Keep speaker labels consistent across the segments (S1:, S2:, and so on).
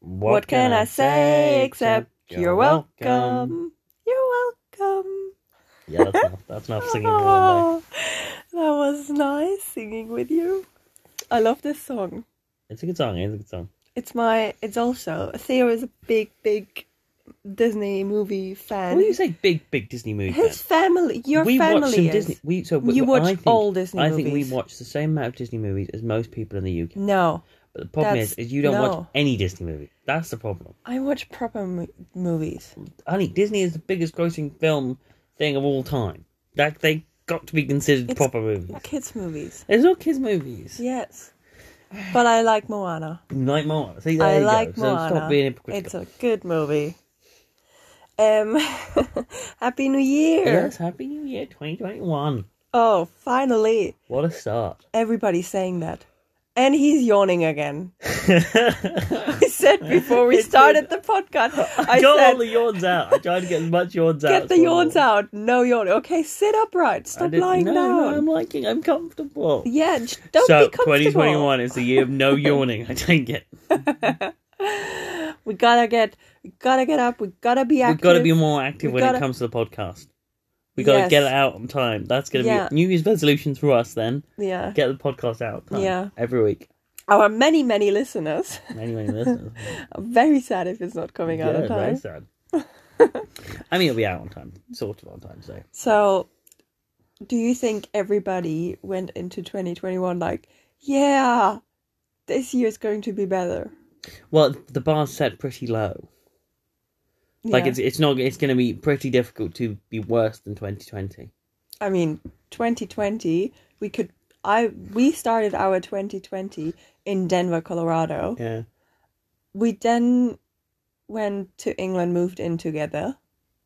S1: What, can I say except you're welcome? You're welcome.
S2: Yeah, that's enough, that's enough singing for one day.
S1: Ah, that was nice singing with you. I love this song.
S2: It's a good song. It's a good song.
S1: It's my. It's also Theo is a big, big Disney movie fan.
S2: What do you say? Big, big Disney movie. fan?
S1: His family, your
S2: we
S1: family
S2: watch some
S1: is.
S2: Disney. We so we,
S1: You watch
S2: I think,
S1: all Disney
S2: I think
S1: movies.
S2: we watch the same amount of Disney movies as most people in the UK.
S1: No,
S2: But the problem
S1: That's-
S2: is, is you don't watch
S1: no.
S2: any Disney movie. That's the problem.
S1: I watch proper mo- movies.
S2: Honey, Disney is the biggest grossing film thing of all time. That they got to be considered
S1: It's-
S2: proper movies.
S1: Kids movies.
S2: It's not kids' movies.
S1: Yes, but I like Moana.
S2: Like Moana. See, there
S1: I
S2: you
S1: like
S2: go.
S1: Moana.
S2: So stop being
S1: it's
S2: hypocritical.
S1: a good movie. Um, Happy New Year!
S2: Yes, Happy New Year 2021.
S1: Oh, finally,
S2: What a start.
S1: everybody's saying that, and he's yawning again.
S2: I
S1: I said before we
S2: It's
S1: started the podcast, I
S2: got
S1: said
S2: all the yawns out. I tried to get as much yawns out.
S1: Get
S2: as
S1: the yawns
S2: possible.
S1: out. No yawn. Okay, sit upright.
S2: I
S1: Stop
S2: didn't-
S1: lying
S2: no,
S1: down.
S2: No, I'm liking. I'm comfortable.
S1: Yeah, j- don't
S2: so
S1: be comfortable.
S2: 2021 is the year of no yawning. I don't get.
S1: We gotta get, we gotta get up. We gotta be active.
S2: We've got to be more active
S1: We
S2: when
S1: gotta-
S2: it comes to the podcast. We got to
S1: Yes.
S2: get it out on time. That's going to
S1: Yeah.
S2: be New Year's resolution for us. Then
S1: Yeah,
S2: get the podcast out. on time.
S1: Yeah.
S2: every week.
S1: our many many listeners.
S2: Many many listeners.
S1: I'm very sad if it's not coming out
S2: yeah,
S1: on
S2: very
S1: time.
S2: sad. I mean, it'll be out on time, sort of on time. So
S1: So, do you think everybody went into 2021 like, yeah, this year's going to be better?
S2: Well, the bar's set pretty low. Like
S1: Yeah.
S2: it's it's not it's going to be pretty difficult to be worse than 2020.
S1: I mean, 2020, we could I we started our 2020 in Denver, Colorado.
S2: Yeah.
S1: We then went to England, moved in together,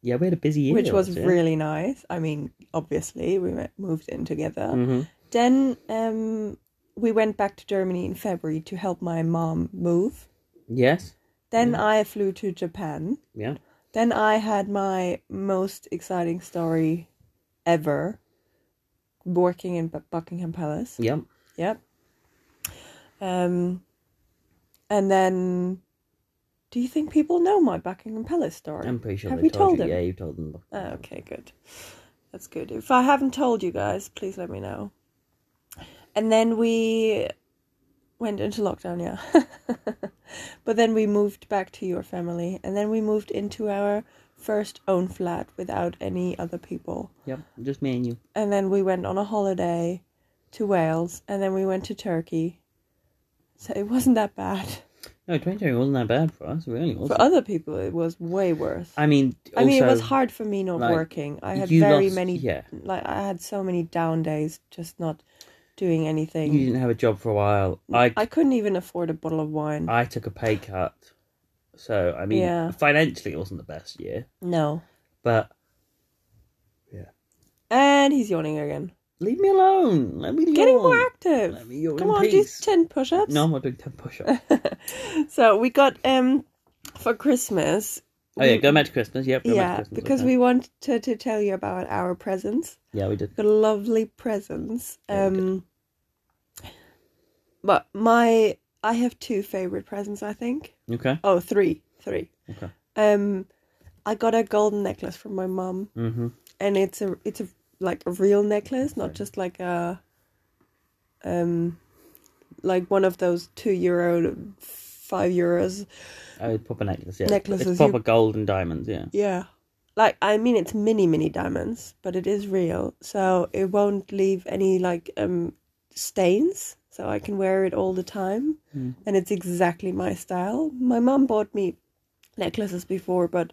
S2: Yeah, we had a busy year.
S1: which was
S2: last year.
S1: really nice. I mean, obviously, we went, moved in together.
S2: Mhm.
S1: Then um we went back to Germany in February to help my mom move.
S2: Yes.
S1: Then I flew to Japan.
S2: Yeah.
S1: Then I had my most exciting story ever working in Bu- Buckingham Palace.
S2: Yep.
S1: Yep. Um, and then, do you think people know my Buckingham Palace story?
S2: I'm pretty sure
S1: Have
S2: they
S1: we
S2: told
S1: told
S2: you.
S1: them?
S2: Yeah, you told them.
S1: Oh, okay, good. That's good. If I haven't told you guys, please let me know. And then we went into lockdown, yeah. but then we moved back to your family, and then we moved into our first own flat without any other people.
S2: Yep. Just me and you.
S1: And then we went on a holiday to Wales, and then we went to Turkey. So it wasn't that bad.
S2: No, 2020 wasn't that bad for us. It really wasn't.
S1: For other people, it was way worse.
S2: I mean, also,
S1: I mean, it was hard for me not
S2: like,
S1: working. I had
S2: you
S1: very
S2: lost-
S1: many,
S2: yeah.
S1: like I had so many down days, just not doing
S2: You
S1: anything.
S2: didn't have a job for a while. I
S1: Mm, I couldn't even afford a bottle of wine.
S2: I took a pay cut, so I mean,
S1: Yeah.
S2: financially it wasn't the best year,
S1: no,
S2: but
S1: and he's yawning again.
S2: leave me alone. Let me
S1: Getting
S2: yawn.
S1: more active.
S2: Let me yawn
S1: Come
S2: in
S1: on,
S2: peace.
S1: just ten push-ups.
S2: No, I'm not doing ten push-ups.
S1: So we got um for Christmas.
S2: oh yeah,
S1: we-
S2: go back to Christmas. Yep. Go
S1: yeah,
S2: back to Christmas.
S1: because
S2: okay.
S1: we wanted to, to tell you about our presents.
S2: yeah we did.
S1: got lovely presents.
S2: Yeah, we
S1: Um, but my I have two favorite presents. I think.
S2: Okay.
S1: Oh, three, three.
S2: Okay.
S1: Um, I got a golden necklace from my mum,
S2: Mm-hmm.
S1: and it's a it's a like a real necklace, not just like a um, like one of those two euro, five euros.
S2: I would pop a necklace. Yeah.
S1: Necklaces,
S2: It's proper
S1: you-
S2: gold and diamonds. Yeah.
S1: Yeah, like I mean, it's mini mini diamonds, but it is real, so it won't leave any like um stains. So I can wear it all the time,
S2: Mm.
S1: and it's exactly my style. My mum bought me necklaces before, but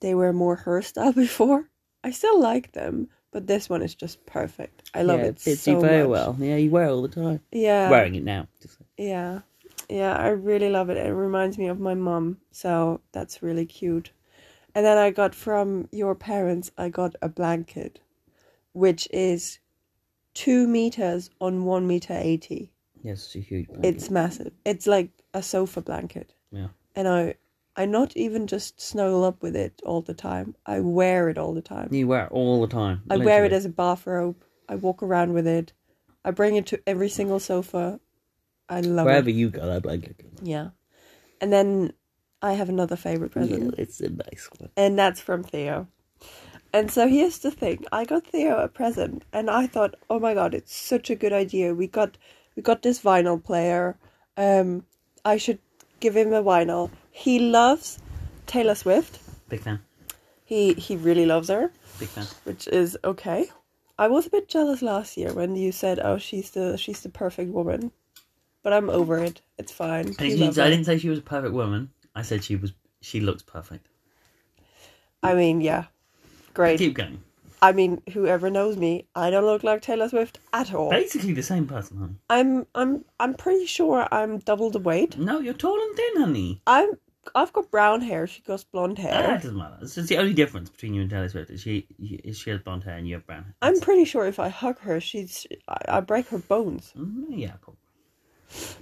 S1: they were more her style before. I still like them, but this one is just perfect. I love
S2: yeah,
S1: it
S2: fits
S1: so
S2: you very
S1: much.
S2: well. Yeah, you wear it all the time.
S1: Yeah,
S2: Wearing it now. Just-
S1: yeah, yeah. I really love it. It reminds me of my mum, so that's really cute. And then I got from your parents. I got a blanket, which is two meters on one meter eighty.
S2: Yes, it's a huge. blanket.
S1: It's massive. It's like a sofa blanket.
S2: Yeah.
S1: And I I not even just snuggle up with it all the time. I wear it all the time.
S2: You wear it all the time.
S1: I wear it
S2: literally.
S1: as a bathrobe. I walk around with it. I bring it to every single sofa. I love
S2: wherever
S1: it.
S2: you go. That blanket. goes.
S1: Yeah. And then I have another favorite present,
S2: Yeah, it's a nice one.
S1: and that's from Theo. And so here's the thing: I got Theo a present, and I thought, oh my god, it's such a good idea. We got we got this vinyl player. Um, I should give him a vinyl. He loves Taylor Swift.
S2: Big fan.
S1: He he really loves her
S2: Big fan.
S1: which is okay. I was a bit jealous last year when you said, "Oh, she's the she's the perfect woman," but I'm over it. It's fine.
S2: I
S1: You
S2: didn't,
S1: love
S2: I
S1: her.
S2: didn't say she was a perfect woman. I said she was. She looks perfect.
S1: I mean, yeah, great.
S2: Keep going.
S1: I mean, whoever knows me, I don't look like Taylor Swift at all.
S2: Basically the same person, honey.
S1: I'm I'm I'm pretty sure I'm double the weight.
S2: No, you're tall and thin, honey.
S1: I'm I've got brown hair. She got blonde
S2: Ah, it
S1: hair.
S2: doesn't matter. It's just the only difference between you and Taylor Swift is she is she has blonde hair and you have brown hair.
S1: I'm pretty sure if I hug her, she's I, I break her bones.
S2: Mm, yeah, probably.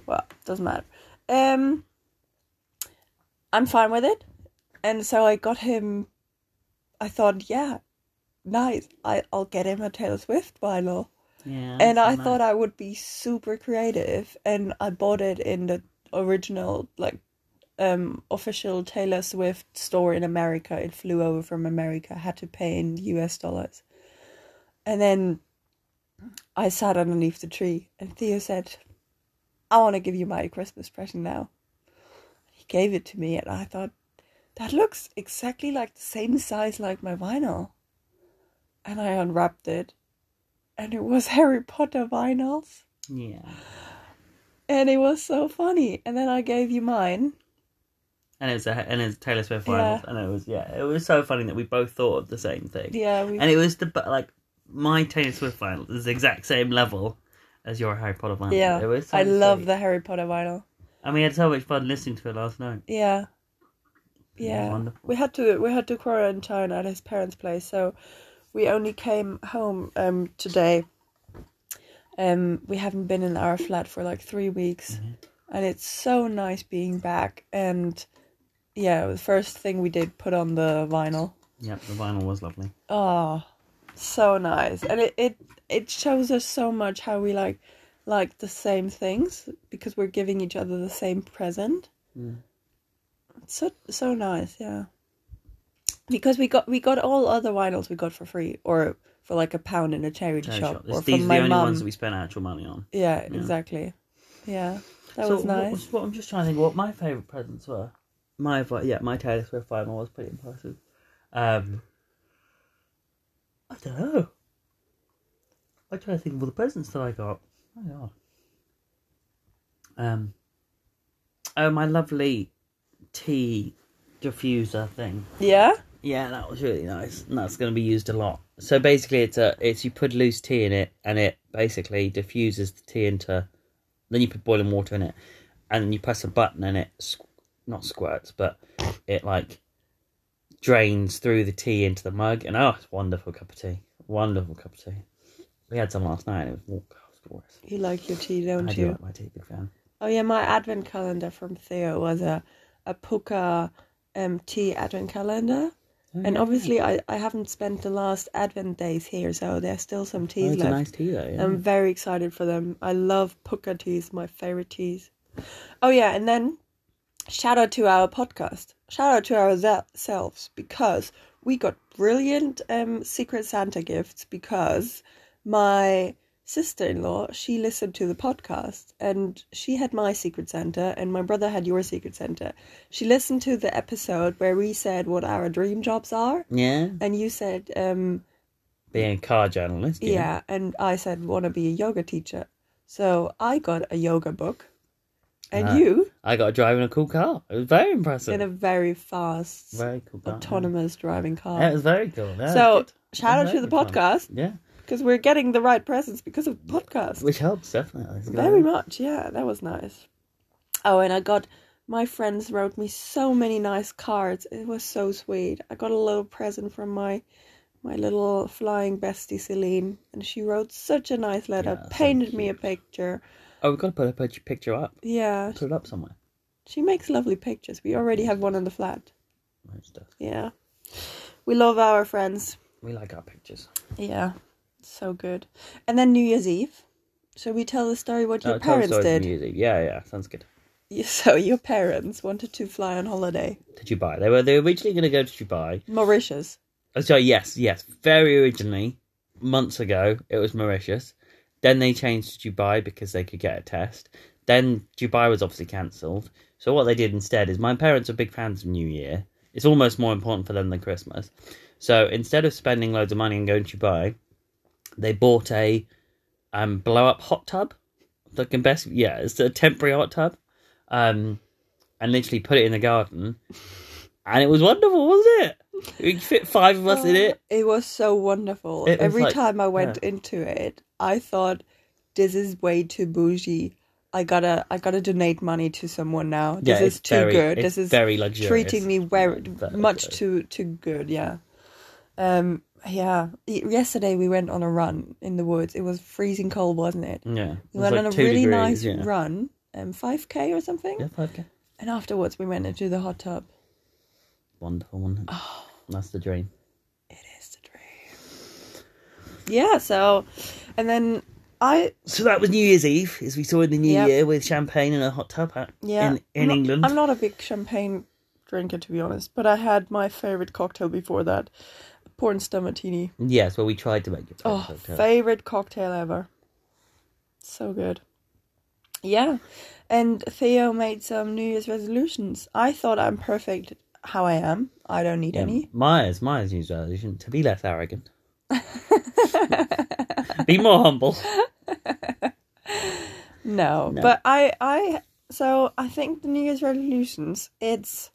S1: well, doesn't matter. Um, I'm fine with it, and so I got him. I thought, yeah, nice. I I'll get him a Taylor Swift vinyl,
S2: Yeah.
S1: and I
S2: thought
S1: thought I would be super creative, and I bought it in the original like um official Taylor Swift store in America. It flew over from America, had to pay in US dollars, and then. I sat underneath the tree, and Theo said, I want to give you my Christmas present now. He gave it to me, and I thought, that looks exactly like the same size like my vinyl. And I unwrapped it, and it was Harry Potter vinyls.
S2: Yeah.
S1: And it was so funny. And then I gave you mine.
S2: And it was a, and it was Taylor Swift finals, and it was yeah, it was so funny that we both thought of the same thing.
S1: Yeah, we,
S2: And it was the but, like my Taylor Swift vinyl is the exact same level as your Harry Potter vinyl.
S1: yeah.
S2: It was so
S1: I love
S2: sweet.
S1: the Harry Potter vinyl.
S2: And we had so much fun listening to it last night.
S1: Yeah,
S2: It was
S1: yeah.
S2: wonderful.
S1: we had to we had to quarantine at his parents' place, so we only came home um today. Um, we haven't been in our flat for like three weeks, and it's so nice being back. And yeah, the first thing we did put on the vinyl.
S2: Yep, the vinyl was lovely.
S1: Oh, so nice, and it it it shows us so much how we like like the same things because we're giving each other the same present.
S2: Mm.
S1: It's so so nice, yeah. Because we got we got all other vinyls we got for free or for like a pound in a charity,
S2: Very
S1: shop,
S2: short.
S1: or
S2: This- These are
S1: from
S2: the
S1: my
S2: only
S1: mum.
S2: ones that we spent actual money on.
S1: Yeah,
S2: Yeah.
S1: exactly. Yeah, that
S2: So
S1: was
S2: what-
S1: nice.
S2: What, I'm just trying to think what my favourite presents were. My vi- yeah, my Taylor Swift vinyl was pretty impressive. Um, I don't know. I try to think of all the presents that I got. Oh my god. Um. Oh, my lovely tea diffuser thing.
S1: Yeah,
S2: Yeah, that was really nice, and that's going to be used a lot. So basically, it's a it's you put loose tea in it, and it basically diffuses the tea into. Then you put boiling water in it, and you press a button, and it squ- not squirts, but it like drains through the tea into the mug, and oh, it's wonderful cup of tea, wonderful cup of tea. We had some last night, and it was, oh, God, it was glorious.
S1: you like your tea,
S2: I
S1: don't
S2: do
S1: you?
S2: like my tea, big fan.
S1: Oh yeah, my advent calendar from Theo was a a puka um, tea advent calendar,
S2: Oh,
S1: and obviously I I haven't spent the last advent days here, so there's still some
S2: Oh,
S1: teas
S2: it's a
S1: left.
S2: nice tea though. Yeah.
S1: I'm very excited for them. I love puka teas, my favorite teas. Oh yeah, and then shout out to our podcast. Shout out to ourselves because we got brilliant um Secret Santa gifts because my sister-in-law, she listened to the podcast and she had my Secret Santa and my brother had your Secret Santa. She listened to the episode where we said what our dream jobs are
S2: yeah,
S1: and you said um
S2: being a car journalist.
S1: yeah. and I said want to be a yoga teacher, so I got a yoga book, and
S2: Ah.
S1: you
S2: I got to drive in a cool car. It was very impressive.
S1: in a very fast
S2: Very cool. car, yeah.
S1: autonomous driving car.
S2: Yeah, it was very cool. Yeah,
S1: so
S2: good.
S1: shout out
S2: Very
S1: to the
S2: good one.
S1: podcast
S2: Yeah,
S1: because we're getting the right presents because of the podcast.
S2: which helps definitely. It's good.
S1: Very much, yeah. That was nice. Oh, and I got my friends wrote me so many nice cards. It was so sweet. I got a little present from my my little flying bestie Celine, and she wrote such a nice letter,
S2: Yeah, so
S1: painted me a picture.
S2: Oh, we've got to put a pic- picture up.
S1: Yeah,
S2: Put it up somewhere.
S1: she makes lovely pictures. We already have one on the flat.
S2: Right stuff.
S1: Yeah, we love our friends.
S2: We like our pictures.
S1: Yeah, so good. And then New Year's Eve. Shall we tell the story what your
S2: Oh, tell
S1: parents
S2: stories and
S1: did?
S2: Music. Yeah, yeah, sounds good.
S1: y- so your parents wanted to fly on holiday,
S2: to Dubai. They were they were originally going to go to Dubai.
S1: Mauritius.
S2: Oh, sorry, yes, yes, very originally, months ago, it was Mauritius. Then they changed to Dubai because they could get a test. Then Dubai was obviously cancelled. So what they did instead is my parents are big fans of New Year. It's almost more important for them than Christmas. So instead of spending loads of money and going to Dubai, they bought a um, blow up hot tub. Looking best, yeah, it's a temporary hot tub, um, and literally put it in the garden, and it was wonderful, wasn't it? We fit five of
S1: Oh.
S2: us in it.
S1: It was so wonderful.
S2: It was
S1: Every
S2: like-
S1: time I went into it, I thought this is way too bougie. I gotta, I gotta donate money to someone now. This
S2: yeah,
S1: is
S2: it's
S1: too
S2: very,
S1: good.
S2: It's
S1: This is
S2: very luxurious.
S1: treating me very
S2: Very
S1: much
S2: good.
S1: too too good. Yeah, um, yeah. Y- Yesterday we went on a run in the woods. It was freezing cold, wasn't it?
S2: Yeah,
S1: We went on a really nice
S2: yeah.
S1: run, um, five k or something,
S2: Yeah, 5K.
S1: and afterwards we went into the hot tub.
S2: Wonderful, wonderful. That's the dream.
S1: It is the dream. Yeah. So, and then I
S2: So that was New Year's Eve, as we saw in the New
S1: Yep.
S2: Year with champagne and a hot tub at,
S1: yeah
S2: in, in
S1: I'm not-
S2: England.
S1: I'm not a big champagne drinker to be honest, but I had my favorite cocktail before that, a porn star martini.
S2: Yes, well, we tried to make it.
S1: Oh,
S2: perfect, yeah.
S1: favorite cocktail ever. So good. Yeah. And Theo made some New Year's resolutions. I thought I'm perfect how I am. I don't need
S2: Yeah,
S1: any.
S2: Myers, Myers used resolution to be less arrogant. be more humble.
S1: No.
S2: No.
S1: But I I so I think the New Year's resolutions it's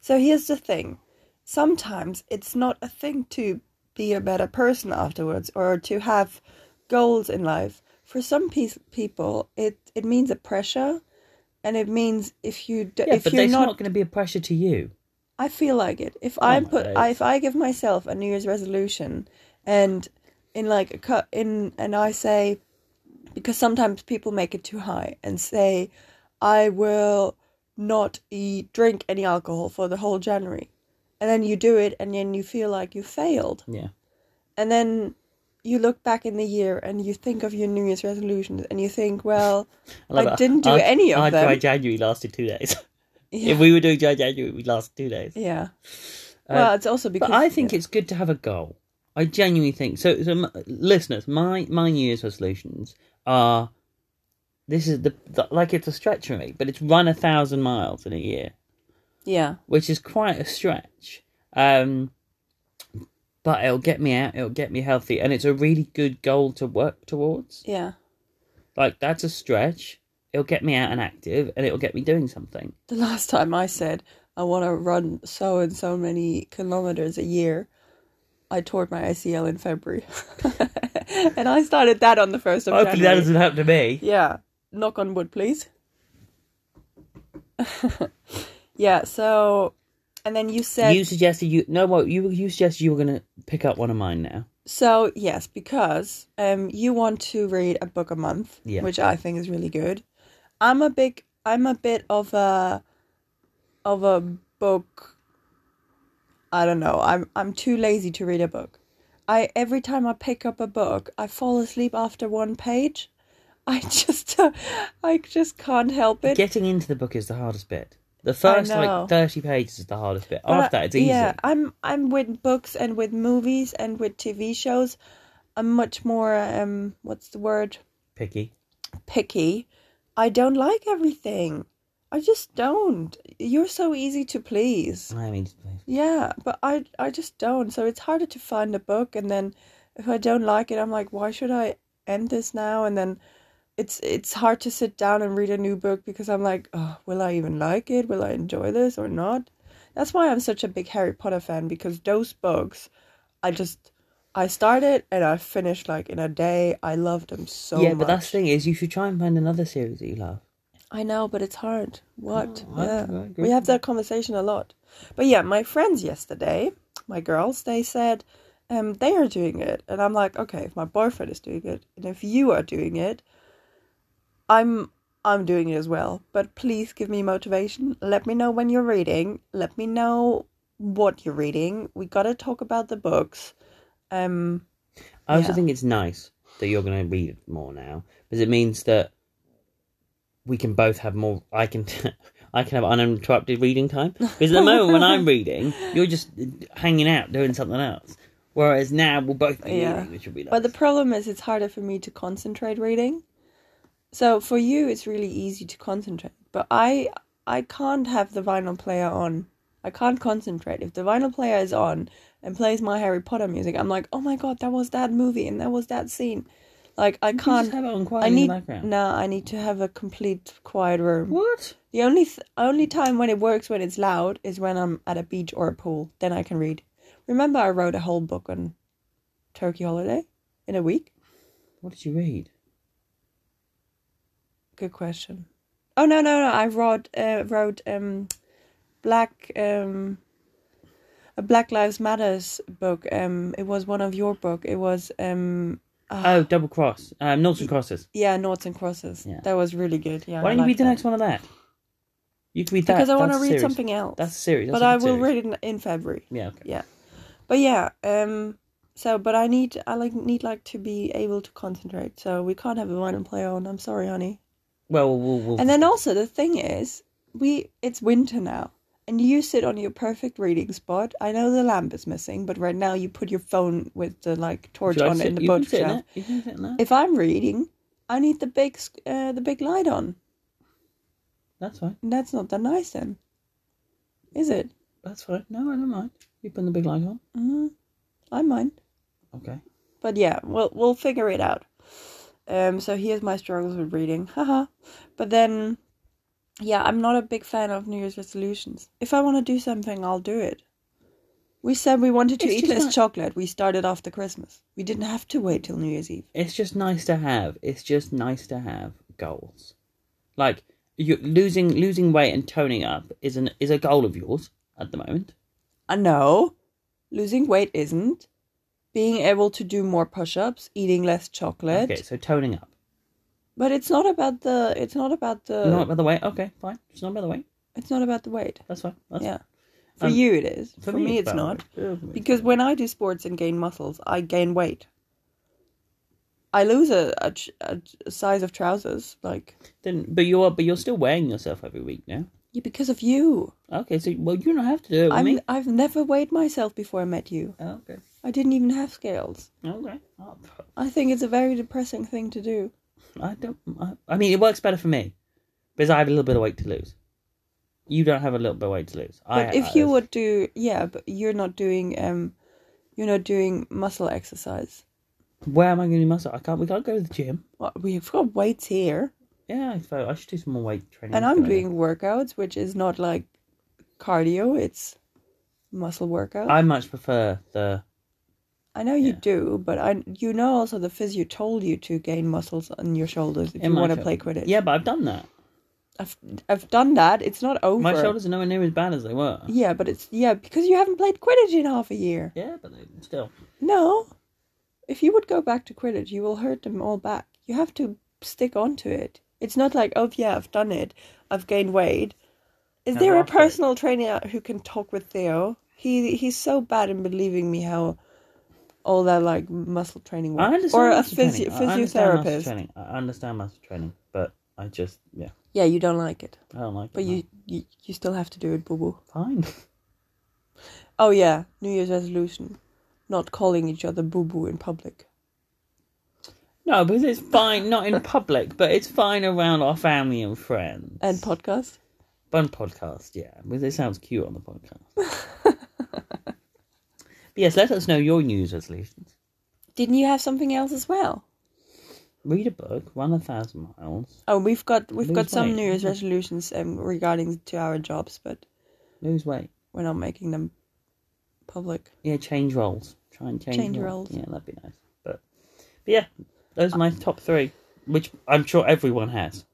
S1: so here's the thing. Sometimes it's not a thing to be a better person afterwards or to have goals in life. For some pe- people it it means a pressure and it means if you d-
S2: Yeah,
S1: if
S2: but
S1: you're
S2: that's not,
S1: not
S2: going to be a pressure to you.
S1: I feel like it. If I
S2: Oh my
S1: put,
S2: days.
S1: I, if I give myself a New Year's resolution, and in like a cut in, and I say, because sometimes people make it too high and say, I will not eat, drink any alcohol for the whole January, and then you do it, and then you feel like you failed,
S2: Yeah.
S1: and then you look back in the year and you think of your New Year's resolutions, and you think, well,
S2: love
S1: I
S2: it.
S1: didn't do
S2: Our-
S1: any of
S2: our
S1: them.
S2: dry January lasted two days.
S1: yeah,
S2: If we were doing dry January, we'd last two days.
S1: yeah. well, it's also because
S2: Uh, But I think it's good to have a goal. I genuinely think so. so m- listeners, my my New Year's resolutions are this is the, the like it's a stretch for me, but it's run a thousand miles in a year,
S1: yeah,
S2: which is quite a stretch. Um, but it'll get me out. It'll get me healthy, and it's a really good goal to work towards.
S1: yeah.
S2: Like that's a stretch. It'll get me out and active, and it'll get me doing something.
S1: The last time I said I want to run so and so many kilometers a year, I tore my ACL in February, and I started that on the first of
S2: Hopefully, that
S1: January.
S2: doesn't happen to me.
S1: Yeah, knock on wood, please. yeah. So, and then you said
S2: You suggested you no, well, you you suggested you were gonna pick up one of mine now.
S1: so. Yes, because um, you want to read a book a month,
S2: Yeah.
S1: which I think is really good. I'm a big. I'm a bit of a, of a book I don't know. I'm I'm too lazy to read a book. I every time I pick up a book, I fall asleep after one page. I just I just can't help it.
S2: Getting into the book is the hardest bit. The first
S1: know.
S2: like thirty pages is the hardest bit.
S1: But I-
S2: After that, it's easy.
S1: Yeah, I'm I'm with books and with movies and with TV shows. I'm much more um what's the word?
S2: Picky.
S1: picky. I don't like everything. I just don't. You're so easy to please.
S2: I mean,
S1: Yeah, but I I just don't. So it's harder to find a book and then if I don't like it, I'm like, why should I end this now? And then it's it's hard to sit down and read a new book because I'm like, oh, will I even like it? Will I enjoy this or not? That's why I'm such a big Harry Potter fan because those books, I just I started and I finished like in a day. I loved them so
S2: yeah,
S1: much.
S2: but that's the thing is, you should try and find another series that you love.
S1: I know, but it's hard. Oh, What?
S2: I-
S1: yeah.
S2: I agree.
S1: we have that conversation a lot. But yeah, my friends yesterday, my girls, they said um, they are doing it. And I'm like, okay, if my boyfriend is doing it, and if you are doing it, I'm I'm doing it as well. But please give me motivation. Let me know when you're reading. Let me know what you're reading. We gotta talk about the books. Um
S2: I also
S1: Yeah.
S2: think it's nice that you're going to read it more now because it means that we can both have more. I can. I can have uninterrupted reading time because at the moment when I'm reading, you're just hanging out doing something else. Whereas now we'll both be
S1: Yeah.
S2: reading, which would be nice.
S1: But the problem is, it's harder for me to concentrate reading. So for you, it's really easy to concentrate. But I, I can't have the vinyl player on. I can't concentrate. If the vinyl player is on and plays my Harry Potter music, I'm like, oh my god, that was that movie and that was that scene. Like I
S2: You just
S1: can't.
S2: have it on quiet
S1: um, I
S2: in
S1: need
S2: the background.
S1: no. I need to have a complete quiet room.
S2: What?
S1: The only th- only time when it works when it's loud is when I'm at a beach or a pool. Then I can read. Remember, I wrote a whole book on Turkey holiday in a week.
S2: What did you read?
S1: Good question. Oh no no no! I wrote uh, wrote um, black um, a Black Lives Matters book. Um, it was one of your book. It was um, ah,
S2: Oh, double cross. Um, Norton crosses.
S1: yeah, Noughts and Crosses.
S2: Yeah.
S1: That was really good. Yeah.
S2: Why
S1: I
S2: don't you read
S1: liked
S2: the
S1: that.
S2: next one of that? You can read that.
S1: Because I want to
S2: That's a
S1: read
S2: series.
S1: something else.
S2: That's a series. That's
S1: but
S2: a
S1: I
S2: good
S1: will
S2: series.
S1: read it in, in February.
S2: Yeah. Okay.
S1: But yeah, um, so but I need I like need like to be able to concentrate. So we can't have a vinyl player on. I'm sorry, honey.
S2: Well, we'll. we'll
S1: And then also the thing is, we it's winter now, and you sit on your perfect reading spot. I know the lamp is missing, but right now you put your phone with the like
S2: Would
S1: torch
S2: you like
S1: on
S2: to
S1: it
S2: sit-
S1: in the
S2: you can
S1: boat
S2: sit in
S1: shelf.
S2: it. You can sit in that.
S1: If I'm reading, I need the big sc- uh, the big light on.
S2: That's fine.
S1: And that's not that nice then, is it?
S2: That's fine. No, I don't mind. You put the big light on.
S1: Mm, I mind.
S2: Okay.
S1: But yeah, we'll we'll figure it out. Um, so here's my struggles with reading, haha. But then, yeah, I'm not a big fan of New Year's resolutions. If I want to do something, I'll do it. We said we wanted to
S2: It's
S1: eat
S2: just
S1: less
S2: not-
S1: chocolate. We started after Christmas. We didn't have to wait till New Year's Eve.
S2: It's just nice to have. It's just nice to have goals. Like you losing losing weight and toning up is an is a goal of yours at the moment.
S1: I know, losing weight isn't. Being able to do more push-ups, eating less chocolate,
S2: Okay, so toning up.
S1: but it's not about the. It's not about the.
S2: not by the way. Okay, fine. It's not by the way.
S1: It's not about the weight.
S2: That's fine. That's
S1: Yeah, for
S2: Um,
S1: you it is. For, me, it's not. Because when I do sports and gain muscles, I gain weight. I lose a, a, ch- a ch- a size of trousers, like
S2: then, but you are, but you're still weighing yourself every week now.
S1: yeah, because of you.
S2: Okay, so well, you don't have to do it with
S1: I'm
S2: me.
S1: I've never weighed myself before I met you.
S2: Oh, okay,
S1: I didn't even have scales.
S2: okay. Oh, p-
S1: I think it's a very depressing thing to do.
S2: I don't. I, I mean, it works better for me because I have a little bit of weight to lose. You don't have a little bit of weight to lose. I,
S1: But if you would do, yeah, but you're not doing um, you're not doing muscle exercise.
S2: where am I going to do muscle? I can't. We can't go to the gym.
S1: Well, we've got weights here,
S2: Yeah, I suppose I should do some more weight training.
S1: and I'm
S2: Anyway.
S1: doing workouts, which is not like cardio. It's muscle workouts.
S2: I much prefer the.
S1: I know you
S2: Yeah.
S1: do, but I you know also the physio told you to gain muscles on your shoulders if
S2: in
S1: you
S2: my
S1: want to
S2: shoulder.
S1: play Quidditch.
S2: Yeah, but I've done that.
S1: I've I've done that. It's not over.
S2: My shoulders are nowhere near as bad as they were.
S1: Yeah, but it's yeah because you haven't played Quidditch in half a year.
S2: Yeah, but they, still.
S1: No, if you would go back to Quidditch, you will hurt them all back. You have to stick onto it. It's not like oh yeah I've done it, I've gained weight. Is
S2: No,
S1: there a
S2: after it.
S1: personal trainer who can talk with Theo? He he's so bad in believing me how all that like muscle training
S2: I
S1: works,
S2: understand
S1: or a
S2: muscle
S1: physio,
S2: training. I understand muscle
S1: physiotherapist.
S2: training. I understand muscle training, but I just yeah,
S1: Yeah, you don't like it,
S2: I don't like
S1: but
S2: it.
S1: you, you you still have to do it, boo boo.
S2: no. fine.
S1: Oh yeah, New Year's resolution, not calling each other boo boo in public.
S2: No, because it's fine not in public, but it's fine around our family and friends.
S1: And podcast.
S2: Fun podcast, yeah. Because it sounds cute on the podcast. but yes, let us know your news resolutions.
S1: Didn't you have something else as well?
S2: Read a book, run a thousand miles,
S1: Oh, we've got we've got
S2: Lose
S1: some
S2: weight.
S1: New Year's resolutions um, regarding to our jobs, but
S2: lose weight.
S1: we're not making them public.
S2: Yeah, change roles. Try and change,
S1: Change roles.
S2: Yeah, that'd be nice. But, but yeah, those are my top three, which I'm sure everyone has.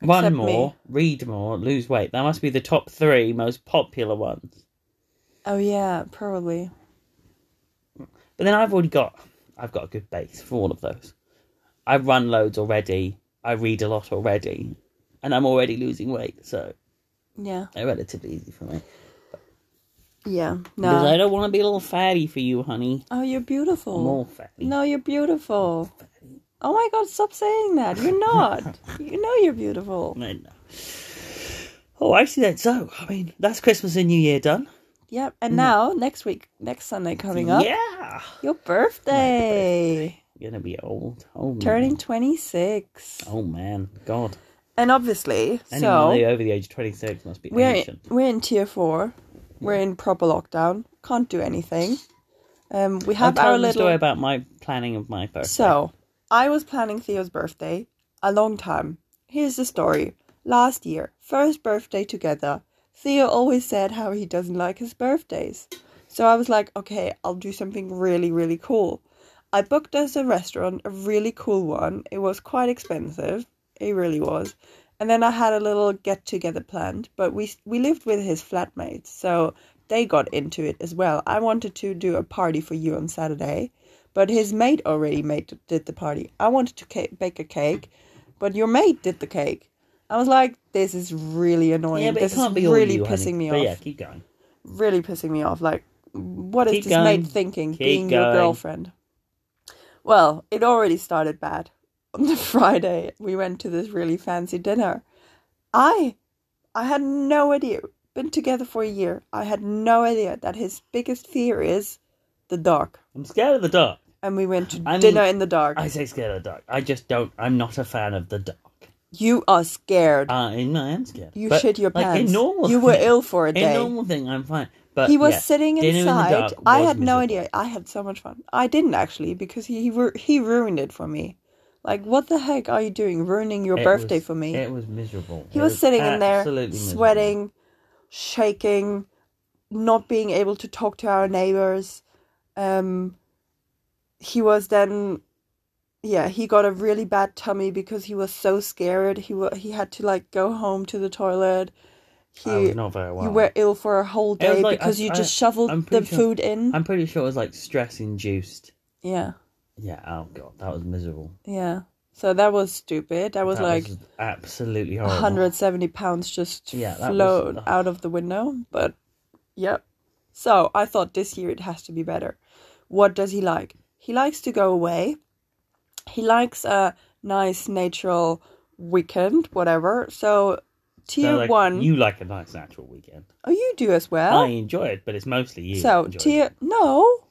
S2: Run
S1: Except
S2: more,
S1: me.
S2: read more, lose weight. That must be the top three most popular ones.
S1: Oh yeah, probably.
S2: But then I've already got, I've got a good base for all of those. I run loads already. I read a lot already, and I'm already losing weight, so
S1: Yeah.
S2: they're relatively easy for me.
S1: Yeah.
S2: Because I
S1: No.
S2: don't want to be a little fatty for you, honey.
S1: Oh, you're beautiful.
S2: I'm all fatty.
S1: No, you're beautiful. Oh my god, stop saying that. You're not. you know you're beautiful.
S2: No, no. Oh, actually, then, so, I mean, that's Christmas and New Year done.
S1: Yep. And now, next week, next Sunday coming up,
S2: Mm. Yeah.
S1: your birthday.
S2: You're going to be old. Oh, man.
S1: Turning 26.
S2: Oh, man. God.
S1: And obviously,
S2: Anyone
S1: so
S2: over the age of 26 must be
S1: we're in,
S2: ancient.
S1: we're in tier four. We're in proper lockdown. Can't do anything. Um, we
S2: I'll
S1: have
S2: tell
S1: our
S2: them the story
S1: little.
S2: about my planning of my birthday.
S1: So, I was planning Theo's birthday a long time. Here's the story. Last year, first birthday together, Theo always said how he doesn't like his birthdays. So I was like, okay, I'll do something really, really cool. I booked us a restaurant, a really cool one. It was quite expensive. It really was. And then I had a little get together planned, but we we lived with his flatmates, so they got into it as well. I wanted to do a party for you on Saturday, but his mate already made did the party. I wanted to ca- bake a cake, but your mate did the cake. I was like, this is really annoying.
S2: yeah, but
S1: this
S2: it can't
S1: is
S2: be all
S1: really
S2: you, honey.
S1: pissing me
S2: But
S1: off.
S2: yeah, keep going.
S1: Really pissing me off. Like, what is
S2: Keep
S1: this
S2: going.
S1: mate thinking?
S2: Keep
S1: being your
S2: going.
S1: girlfriend. Well, it already started bad. On the Friday, we went to this really fancy dinner. I, I had no idea. Been together for a year. I had no idea that his biggest fear is the dark.
S2: I'm scared of the dark.
S1: And we went to
S2: I mean,
S1: dinner in the dark.
S2: I say scared of the dark. I just don't. I'm not a fan of the dark.
S1: you are scared.
S2: Uh, I know I am scared.
S1: you
S2: But,
S1: shit your
S2: like,
S1: pants.
S2: A normal
S1: you were
S2: thing,
S1: ill for a
S2: A
S1: day.
S2: normal thing, I'm fine. But
S1: he was
S2: yeah,
S1: sitting
S2: dinner in the
S1: inside.
S2: dark
S1: I
S2: was
S1: had no
S2: miserable.
S1: idea. I had so much fun. I didn't actually because he he, ru- he ruined it for me. Like what the heck are you doing? Ruining your
S2: It
S1: birthday
S2: was-
S1: for me.
S2: It was miserable.
S1: he
S2: It
S1: was sitting in there
S2: absolutely miserable.
S1: sweating, shaking, not being able to talk to our neighbors. Um he was then yeah, he got a really bad tummy because he was so scared. He wa he had to like go home to the toilet. He
S2: I was not very well.
S1: you were ill for a whole
S2: It was
S1: day
S2: like-
S1: because
S2: I-
S1: you
S2: I-
S1: just shoveled
S2: I'm
S1: the
S2: pretty sure-
S1: food in.
S2: I'm pretty sure it was like stress induced.
S1: Yeah,
S2: Yeah. Oh god, that was miserable.
S1: yeah. So that was stupid. That was
S2: That
S1: like
S2: absolutely horrible.
S1: 170 pounds just
S2: Yeah, that was-
S1: flown
S2: ugh.
S1: out of the window. But yep. So I thought this year it has to be better. What does he like? He likes to go away. He likes a nice natural weekend, whatever. So tier
S2: So, like,
S1: one.
S2: You like a nice natural weekend.
S1: oh, you do as well.
S2: I enjoy it, but it's mostly you.
S1: so
S2: enjoy
S1: tier
S2: It.
S1: no.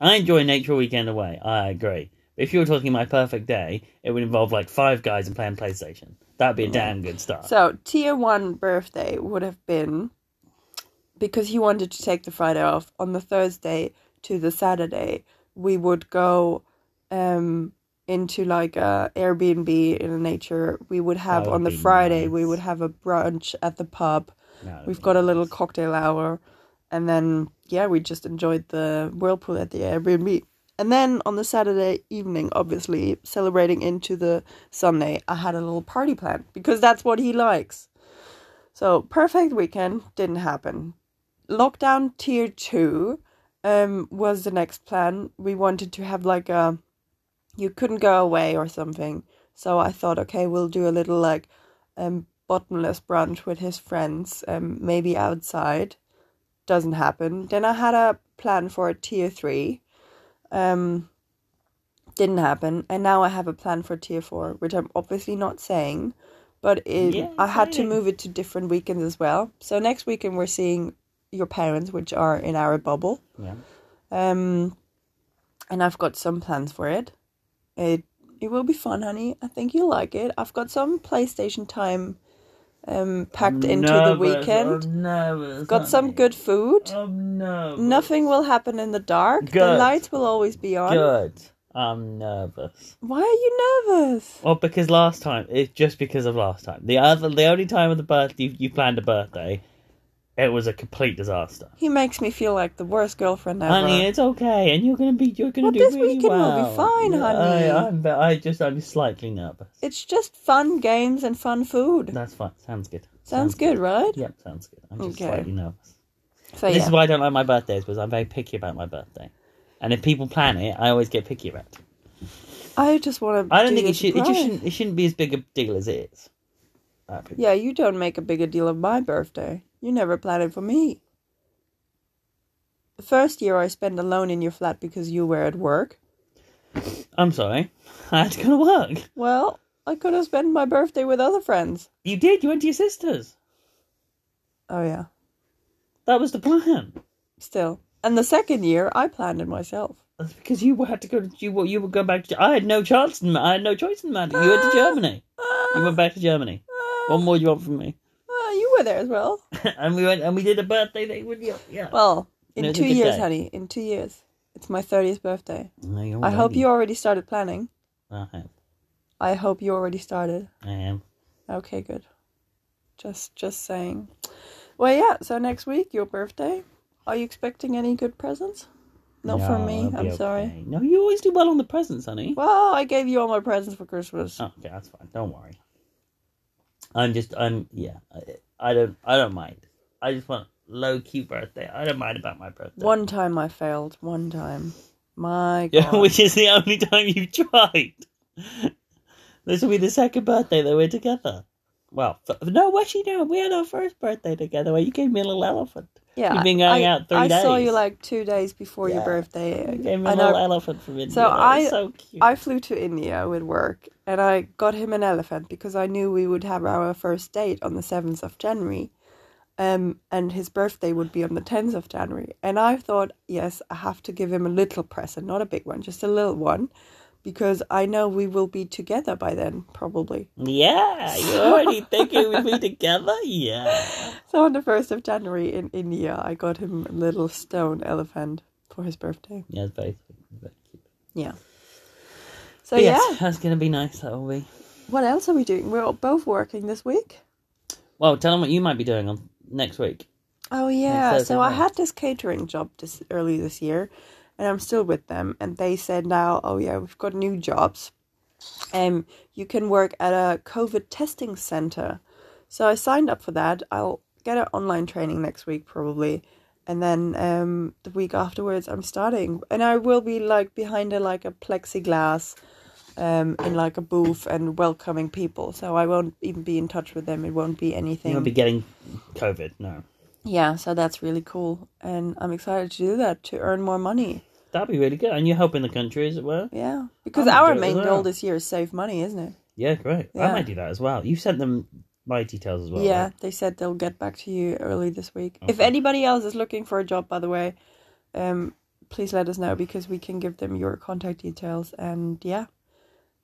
S2: I enjoy natural weekend away. I agree. If you were talking my perfect day, it would involve like five guys and playing PlayStation. That'd be a damn good start.
S1: So tier one birthday would have been because he wanted to take the Friday off on the Thursday to the Saturday. We would go um, into like a Airbnb in the nature. We would have
S2: That would
S1: on the
S2: be
S1: Friday. We
S2: nice.
S1: would have a brunch at the pub.
S2: No,
S1: We've
S2: no.
S1: got a little cocktail hour, and then yeah, we just enjoyed the whirlpool at the Airbnb. And then on the Saturday evening, obviously celebrating into the Sunday, I had a little party plan because that's what he likes. So perfect weekend didn't happen. Lockdown tier two um, was the next plan. We wanted to have like a you couldn't go away or something. So I thought, okay, we'll do a little like um, bottomless brunch with his friends, um, maybe outside. Doesn't happen. Then I had a plan for a tier three. Um, didn't happen, and now I have a plan for tier four, which I'm obviously not saying, but it,
S2: Yeah,
S1: I had to
S2: saying.
S1: move it to different weekends as well. So next weekend we're seeing your parents, which are in our bubble.
S2: Yeah.
S1: Um, and I've got some plans for it. It it will be fun, honey. I think you'll like it. I've got some PlayStation time, um, packed into the weekend. Got some good food.
S2: I'm nervous.
S1: Nothing will happen in the dark. The
S2: Good.
S1: lights will always be on.
S2: Good. I'm nervous.
S1: Why are you nervous?
S2: Well, because last time it's just because of last time. The other, the only time of the birth you, you planned a birthday, it was a complete disaster.
S1: He makes me feel like the worst girlfriend ever.
S2: Honey, it's okay, and you're gonna be you're gonna
S1: Well,
S2: do
S1: this
S2: really
S1: weekend will be
S2: well.
S1: fine,
S2: Yeah,
S1: honey.
S2: I, I'm, I just I'm slightly nervous.
S1: It's just fun games and fun food.
S2: That's fine. Sounds good.
S1: Sounds good, right?
S2: Yep, sounds good. I'm just
S1: Okay.
S2: slightly nervous.
S1: So
S2: This
S1: yeah,
S2: is why I don't like my birthdays because I'm very picky about my birthday, and if people plan it, I always get picky about it.
S1: I just want to.
S2: I don't think it should. It just shouldn't. It shouldn't be as big a deal as it is. I think.
S1: Yeah, you don't make a bigger deal of my birthday. You never plan it for me. The first year I spent alone in your flat because you were at work.
S2: I'm sorry. I had to go to work.
S1: Well, I could have spent my birthday with other friends.
S2: You did. You went to your sister's.
S1: Oh, yeah.
S2: That was the plan.
S1: Still. And the second year, I planned it myself.
S2: That's because you had to go. To, you were- you would go back to. I had no chance. In, I had no choice in the matter. You went
S1: Ah.
S2: to Germany. You went back to Germany. What more do you want from me?
S1: Ah, you were there as well.
S2: and we went and we did a birthday thing with you. Yeah.
S1: Well, in
S2: No, it's a
S1: two
S2: good
S1: years,
S2: day.
S1: honey. In two years. It's my 30th birthday.
S2: No, you're
S1: I hope
S2: ready.
S1: you already started planning.
S2: I have.
S1: I hope you already started.
S2: I am.
S1: Okay, good. Just just saying. Well, yeah, so next week, your birthday. Are you expecting any good presents? Not from me,
S2: it'll be
S1: I'm sorry.
S2: okay. No, you always do well on the presents, honey.
S1: Well, I gave you all my presents for Christmas.
S2: Oh, okay, that's fine. Don't worry. I'm just. I'm. Yeah. I, I don't. I don't mind. I just want low key birthday. I don't mind about my birthday.
S1: One time I failed. One time. My God.
S2: Yeah, which is the only time you've tried. This will be the second birthday that we're together. Well, f- no, actually, no. We had our first birthday together where you gave me a little elephant.
S1: yeah,
S2: You've been going
S1: I,
S2: out three
S1: I saw
S2: days.
S1: you like two days before your
S2: Yeah.
S1: birthday.
S2: You gave me a
S1: And
S2: little
S1: I,
S2: elephant from India.
S1: So
S2: that was
S1: I-
S2: so cute.
S1: I flew to India with work and I got him an elephant because I knew we would have our first date on the 7th of January. Um, and his birthday would be on the 10th of January. And I thought, yes, I have to give him a little present, not a big one, just a little one, because I know we will be together by then, probably.
S2: yeah, you already thinking we'd be together? Yeah.
S1: So on the 1st of January in India, I got him a little stone elephant for his birthday.
S2: Yeah, it's very, sweet, very cute.
S1: Yeah. So,
S2: But yes,
S1: yeah,
S2: that's going to be nice. That will be.
S1: what else are we doing? We're both working this week.
S2: Well, tell them what you might be doing on next week.
S1: Oh yeah,
S2: Thursday
S1: so I
S2: night.
S1: had this catering job this early this year, and I'm still with them. And they said now, oh yeah, we've got new jobs. Um, you can work at a COVID testing center. So I signed up for that. I'll get an online training next week probably, and then um the week afterwards I'm starting, and I will be like behind a like a plexiglass, um in like a booth and welcoming people. So I won't even be in touch with them. It won't be anything.
S2: You won't be getting COVID, no.
S1: Yeah, so that's really cool. And I'm excited to do that to earn more money.
S2: That'd be really good. And you're helping the country, as it were.
S1: Yeah. Because
S2: might do
S1: our
S2: it as
S1: main
S2: well.
S1: goal this year is save money, isn't it?
S2: Yeah, great.
S1: Yeah.
S2: I might do that as well. You sent them my details as well.
S1: yeah,
S2: right?
S1: they said they'll get back to you early this week. If
S2: Okay.
S1: anybody else is looking for a job, by the way, um, please let us know because we can give them your contact details. And yeah,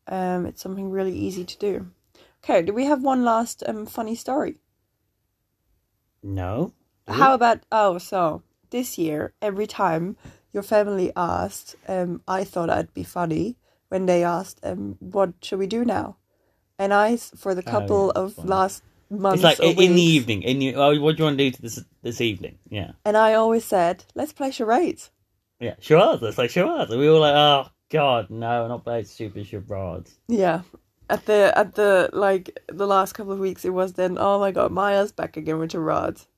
S1: um, it's something really easy to do. Okay, do we have one last um, funny story?
S2: No. Do we?
S1: How about oh, so this year, every time your family asked, um, I thought I'd be funny when they asked, um, what should we do now? And I, s- for the
S2: Oh, yeah,
S1: couple
S2: that's
S1: of
S2: funny.
S1: last
S2: It's
S1: months
S2: like
S1: or
S2: in in the
S1: weeks,
S2: evening. In the, oh, what do you want to do to this this evening? Yeah,
S1: and I always said, let's play charades.
S2: yeah. Charades. It's like charades. And we were like, oh god, no, not playing stupid charades.
S1: Yeah. At the at the like the last couple of weeks, it was then. Oh my God, Maya's back again with charades.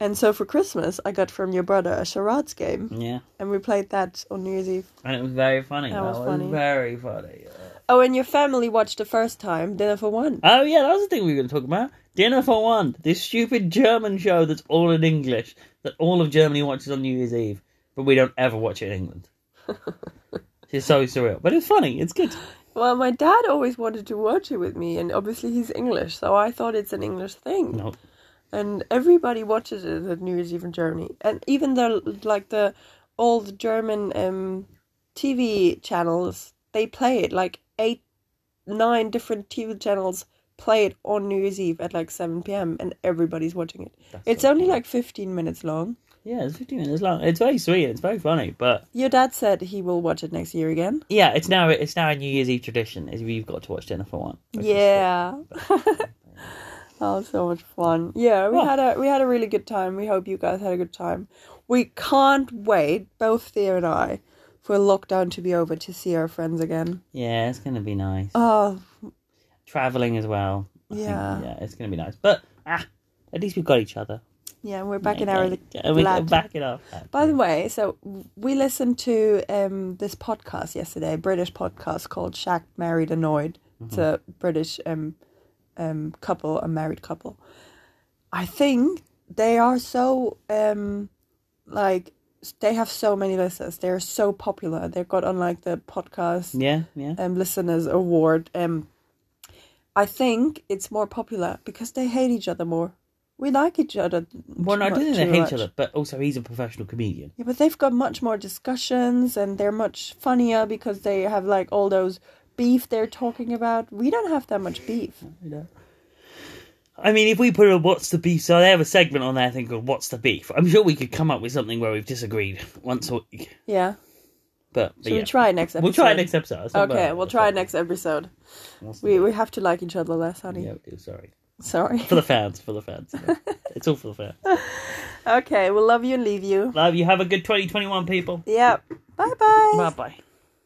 S1: And so for Christmas, I got from your brother a charades game,
S2: Yeah,
S1: and we played that on New Year's Eve.
S2: and it was very funny.
S1: That
S2: That,
S1: was
S2: was,
S1: funny.
S2: very funny.
S1: Oh, and your family watched the first time Dinner for One.
S2: Oh yeah, that was the thing we were going to talk about. Dinner for one. This stupid German show that's all in English that all of Germany watches on New Year's Eve, but we don't ever watch it in England. it's so surreal, but it's funny. It's good.
S1: Well, my dad always wanted to watch it with me, and obviously he's English, so I thought it's an English thing.
S2: No.
S1: And everybody watches it at New Year's Eve in Germany, and even the like the old German um, TV channels they play it like eight, nine different TV channels play it on New Year's Eve at like seven p.m. and everybody's watching it.
S2: That's
S1: It's
S2: so
S1: only
S2: funny.
S1: like fifteen minutes long.
S2: yeah, it's fifteen minutes long. It's very sweet. It's very funny, but
S1: Your dad said he will watch it next year again.
S2: Yeah, it's now it's now a New Year's Eve tradition. Is we've got to watch dinner for one. which is
S1: Yeah.
S2: sick. But-
S1: Oh, so much fun! Yeah, we
S2: Yeah.
S1: had a we had a really good time. We hope you guys had a good time. We can't wait, both Thea and I, for lockdown to be over to see our friends again.
S2: yeah, it's gonna be nice.
S1: Oh,
S2: Traveling as well. I think,
S1: Yeah.
S2: yeah, it's gonna be nice. But ah, at least we've got each other.
S1: yeah, we're back in
S2: Yeah,
S1: our.
S2: yeah, we
S1: lad.
S2: back in our. flat.
S1: By the way, so we listened to um this podcast yesterday, a British podcast called Shack Married Annoyed.
S2: Mm-hmm.
S1: It's a British um um couple, a married couple. I think they are so um like they have so many listeners. They're so popular. They got on like the podcast
S2: Yeah, yeah.
S1: um, listeners award. Um, I think it's more popular because they hate each other more. We like each other.
S2: Well, no, I
S1: mu-
S2: don't think they
S1: too
S2: hate
S1: much.
S2: each other, but also he's a professional comedian.
S1: Yeah, but they've got much more discussions and they're much funnier because they have like all those beef they're talking about. We don't have that much beef.
S2: I mean, if we put a "What's the beef?" so they have a segment on there thing called "What's the beef." I'm sure we could come up with something where we've disagreed once a week.
S1: Yeah.
S2: But, but
S1: Should
S2: yeah,
S1: we try it next episode?
S2: we'll try it next episode. It's not
S1: Okay,
S2: bad.
S1: we'll
S2: It's
S1: try
S2: not
S1: it next episode.
S2: bad. It's not
S1: We we have to like each other less,
S2: bad.
S1: honey.
S2: Yeah, we do. Sorry
S1: Sorry.
S2: for the fans, for the fans. yeah. it's all for the fans.
S1: Okay, we'll love you and leave you.
S2: Love you. Have a good 2021, people.
S1: Yeah. Bye bye.
S2: Bye bye.